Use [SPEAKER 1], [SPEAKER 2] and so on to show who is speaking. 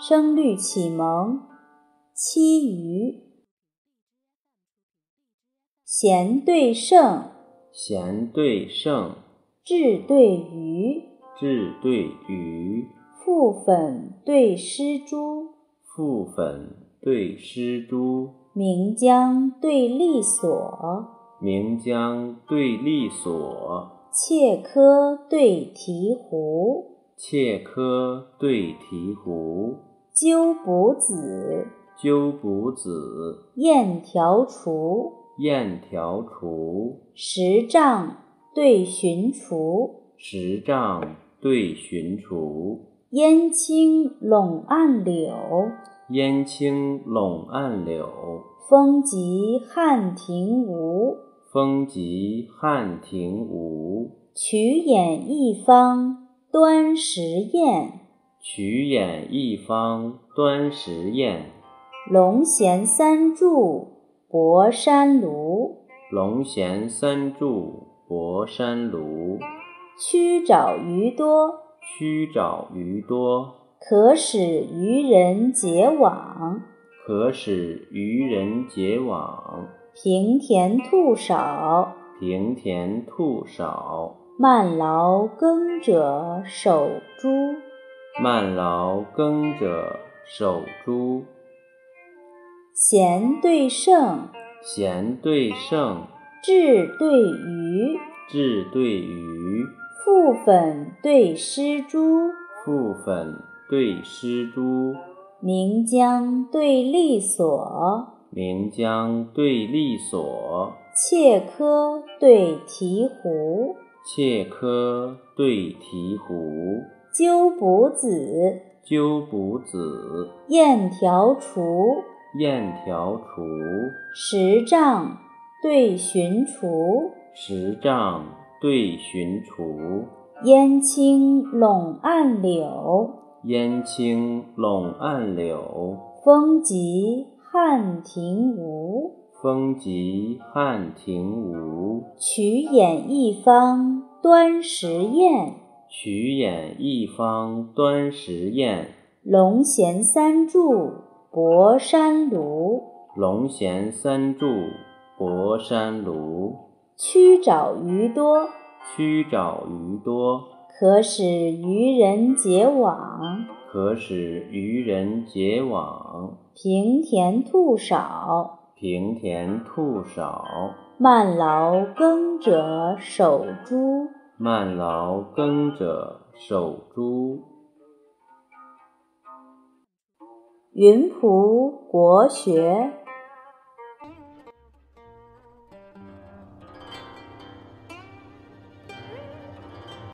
[SPEAKER 1] 声律启蒙，七余。贤对圣，
[SPEAKER 2] 贤对圣，
[SPEAKER 1] 智对愚，
[SPEAKER 2] 智对愚，
[SPEAKER 1] 覆粉对施朱，
[SPEAKER 2] 覆粉对施朱，
[SPEAKER 1] 明江对利索，
[SPEAKER 2] 明江对利索，
[SPEAKER 1] 切柯对提壶，
[SPEAKER 2] 切柯对提壶，
[SPEAKER 1] 鸠补子，
[SPEAKER 2] 鸠补子，
[SPEAKER 1] 燕条雏，
[SPEAKER 2] 燕条雏，
[SPEAKER 1] 石杖对寻雏，
[SPEAKER 2] 石杖对寻雏，
[SPEAKER 1] 燕青笼岸柳，
[SPEAKER 2] 燕青笼岸柳，
[SPEAKER 1] 风急汉庭吴。
[SPEAKER 2] 风急汉庭吴。
[SPEAKER 1] 曲演一方端实验，
[SPEAKER 2] 曲演一方端实验，
[SPEAKER 1] 龙涎三柱泊山庐。
[SPEAKER 2] 龙涎三柱泊山庐。
[SPEAKER 1] 曲沼鱼多，
[SPEAKER 2] 曲沼鱼多，
[SPEAKER 1] 可使渔人结网。
[SPEAKER 2] 可使渔人结网。
[SPEAKER 1] 平田兔少，
[SPEAKER 2] 平田兔少，
[SPEAKER 1] 慢劳耕者守株。
[SPEAKER 2] 慢劳耕者守株。
[SPEAKER 1] 贤对圣，
[SPEAKER 2] 贤对圣，
[SPEAKER 1] 智对愚，
[SPEAKER 2] 智对愚，
[SPEAKER 1] 覆粉对施朱，
[SPEAKER 2] 覆粉对施朱，
[SPEAKER 1] 明江对利索，
[SPEAKER 2] 明江对利索，
[SPEAKER 1] 切柯对提壶，
[SPEAKER 2] 切柯对提壶，
[SPEAKER 1] 鸠补子，
[SPEAKER 2] 鸠补子，
[SPEAKER 1] 燕条雏，
[SPEAKER 2] 燕条雏，
[SPEAKER 1] 石杖对寻雏，
[SPEAKER 2] 石杖对寻雏，
[SPEAKER 1] 燕青笼岸柳，
[SPEAKER 2] 燕青笼岸柳。
[SPEAKER 1] 风急汉庭吴。
[SPEAKER 2] 风急汉庭吴，
[SPEAKER 1] 曲演一方端实验，
[SPEAKER 2] 曲演一方端实验。
[SPEAKER 1] 龙涎三柱泊山庐。
[SPEAKER 2] 龙涎三柱泊山庐，
[SPEAKER 1] 曲沼鱼多，
[SPEAKER 2] 曲沼鱼多，
[SPEAKER 1] 可使渔人结网。
[SPEAKER 2] 可使渔人结网。
[SPEAKER 1] 平田兔少，
[SPEAKER 2] 平田兔少，
[SPEAKER 1] 慢劳耕者守株。
[SPEAKER 2] 慢劳耕者守株。
[SPEAKER 1] 云浦国学。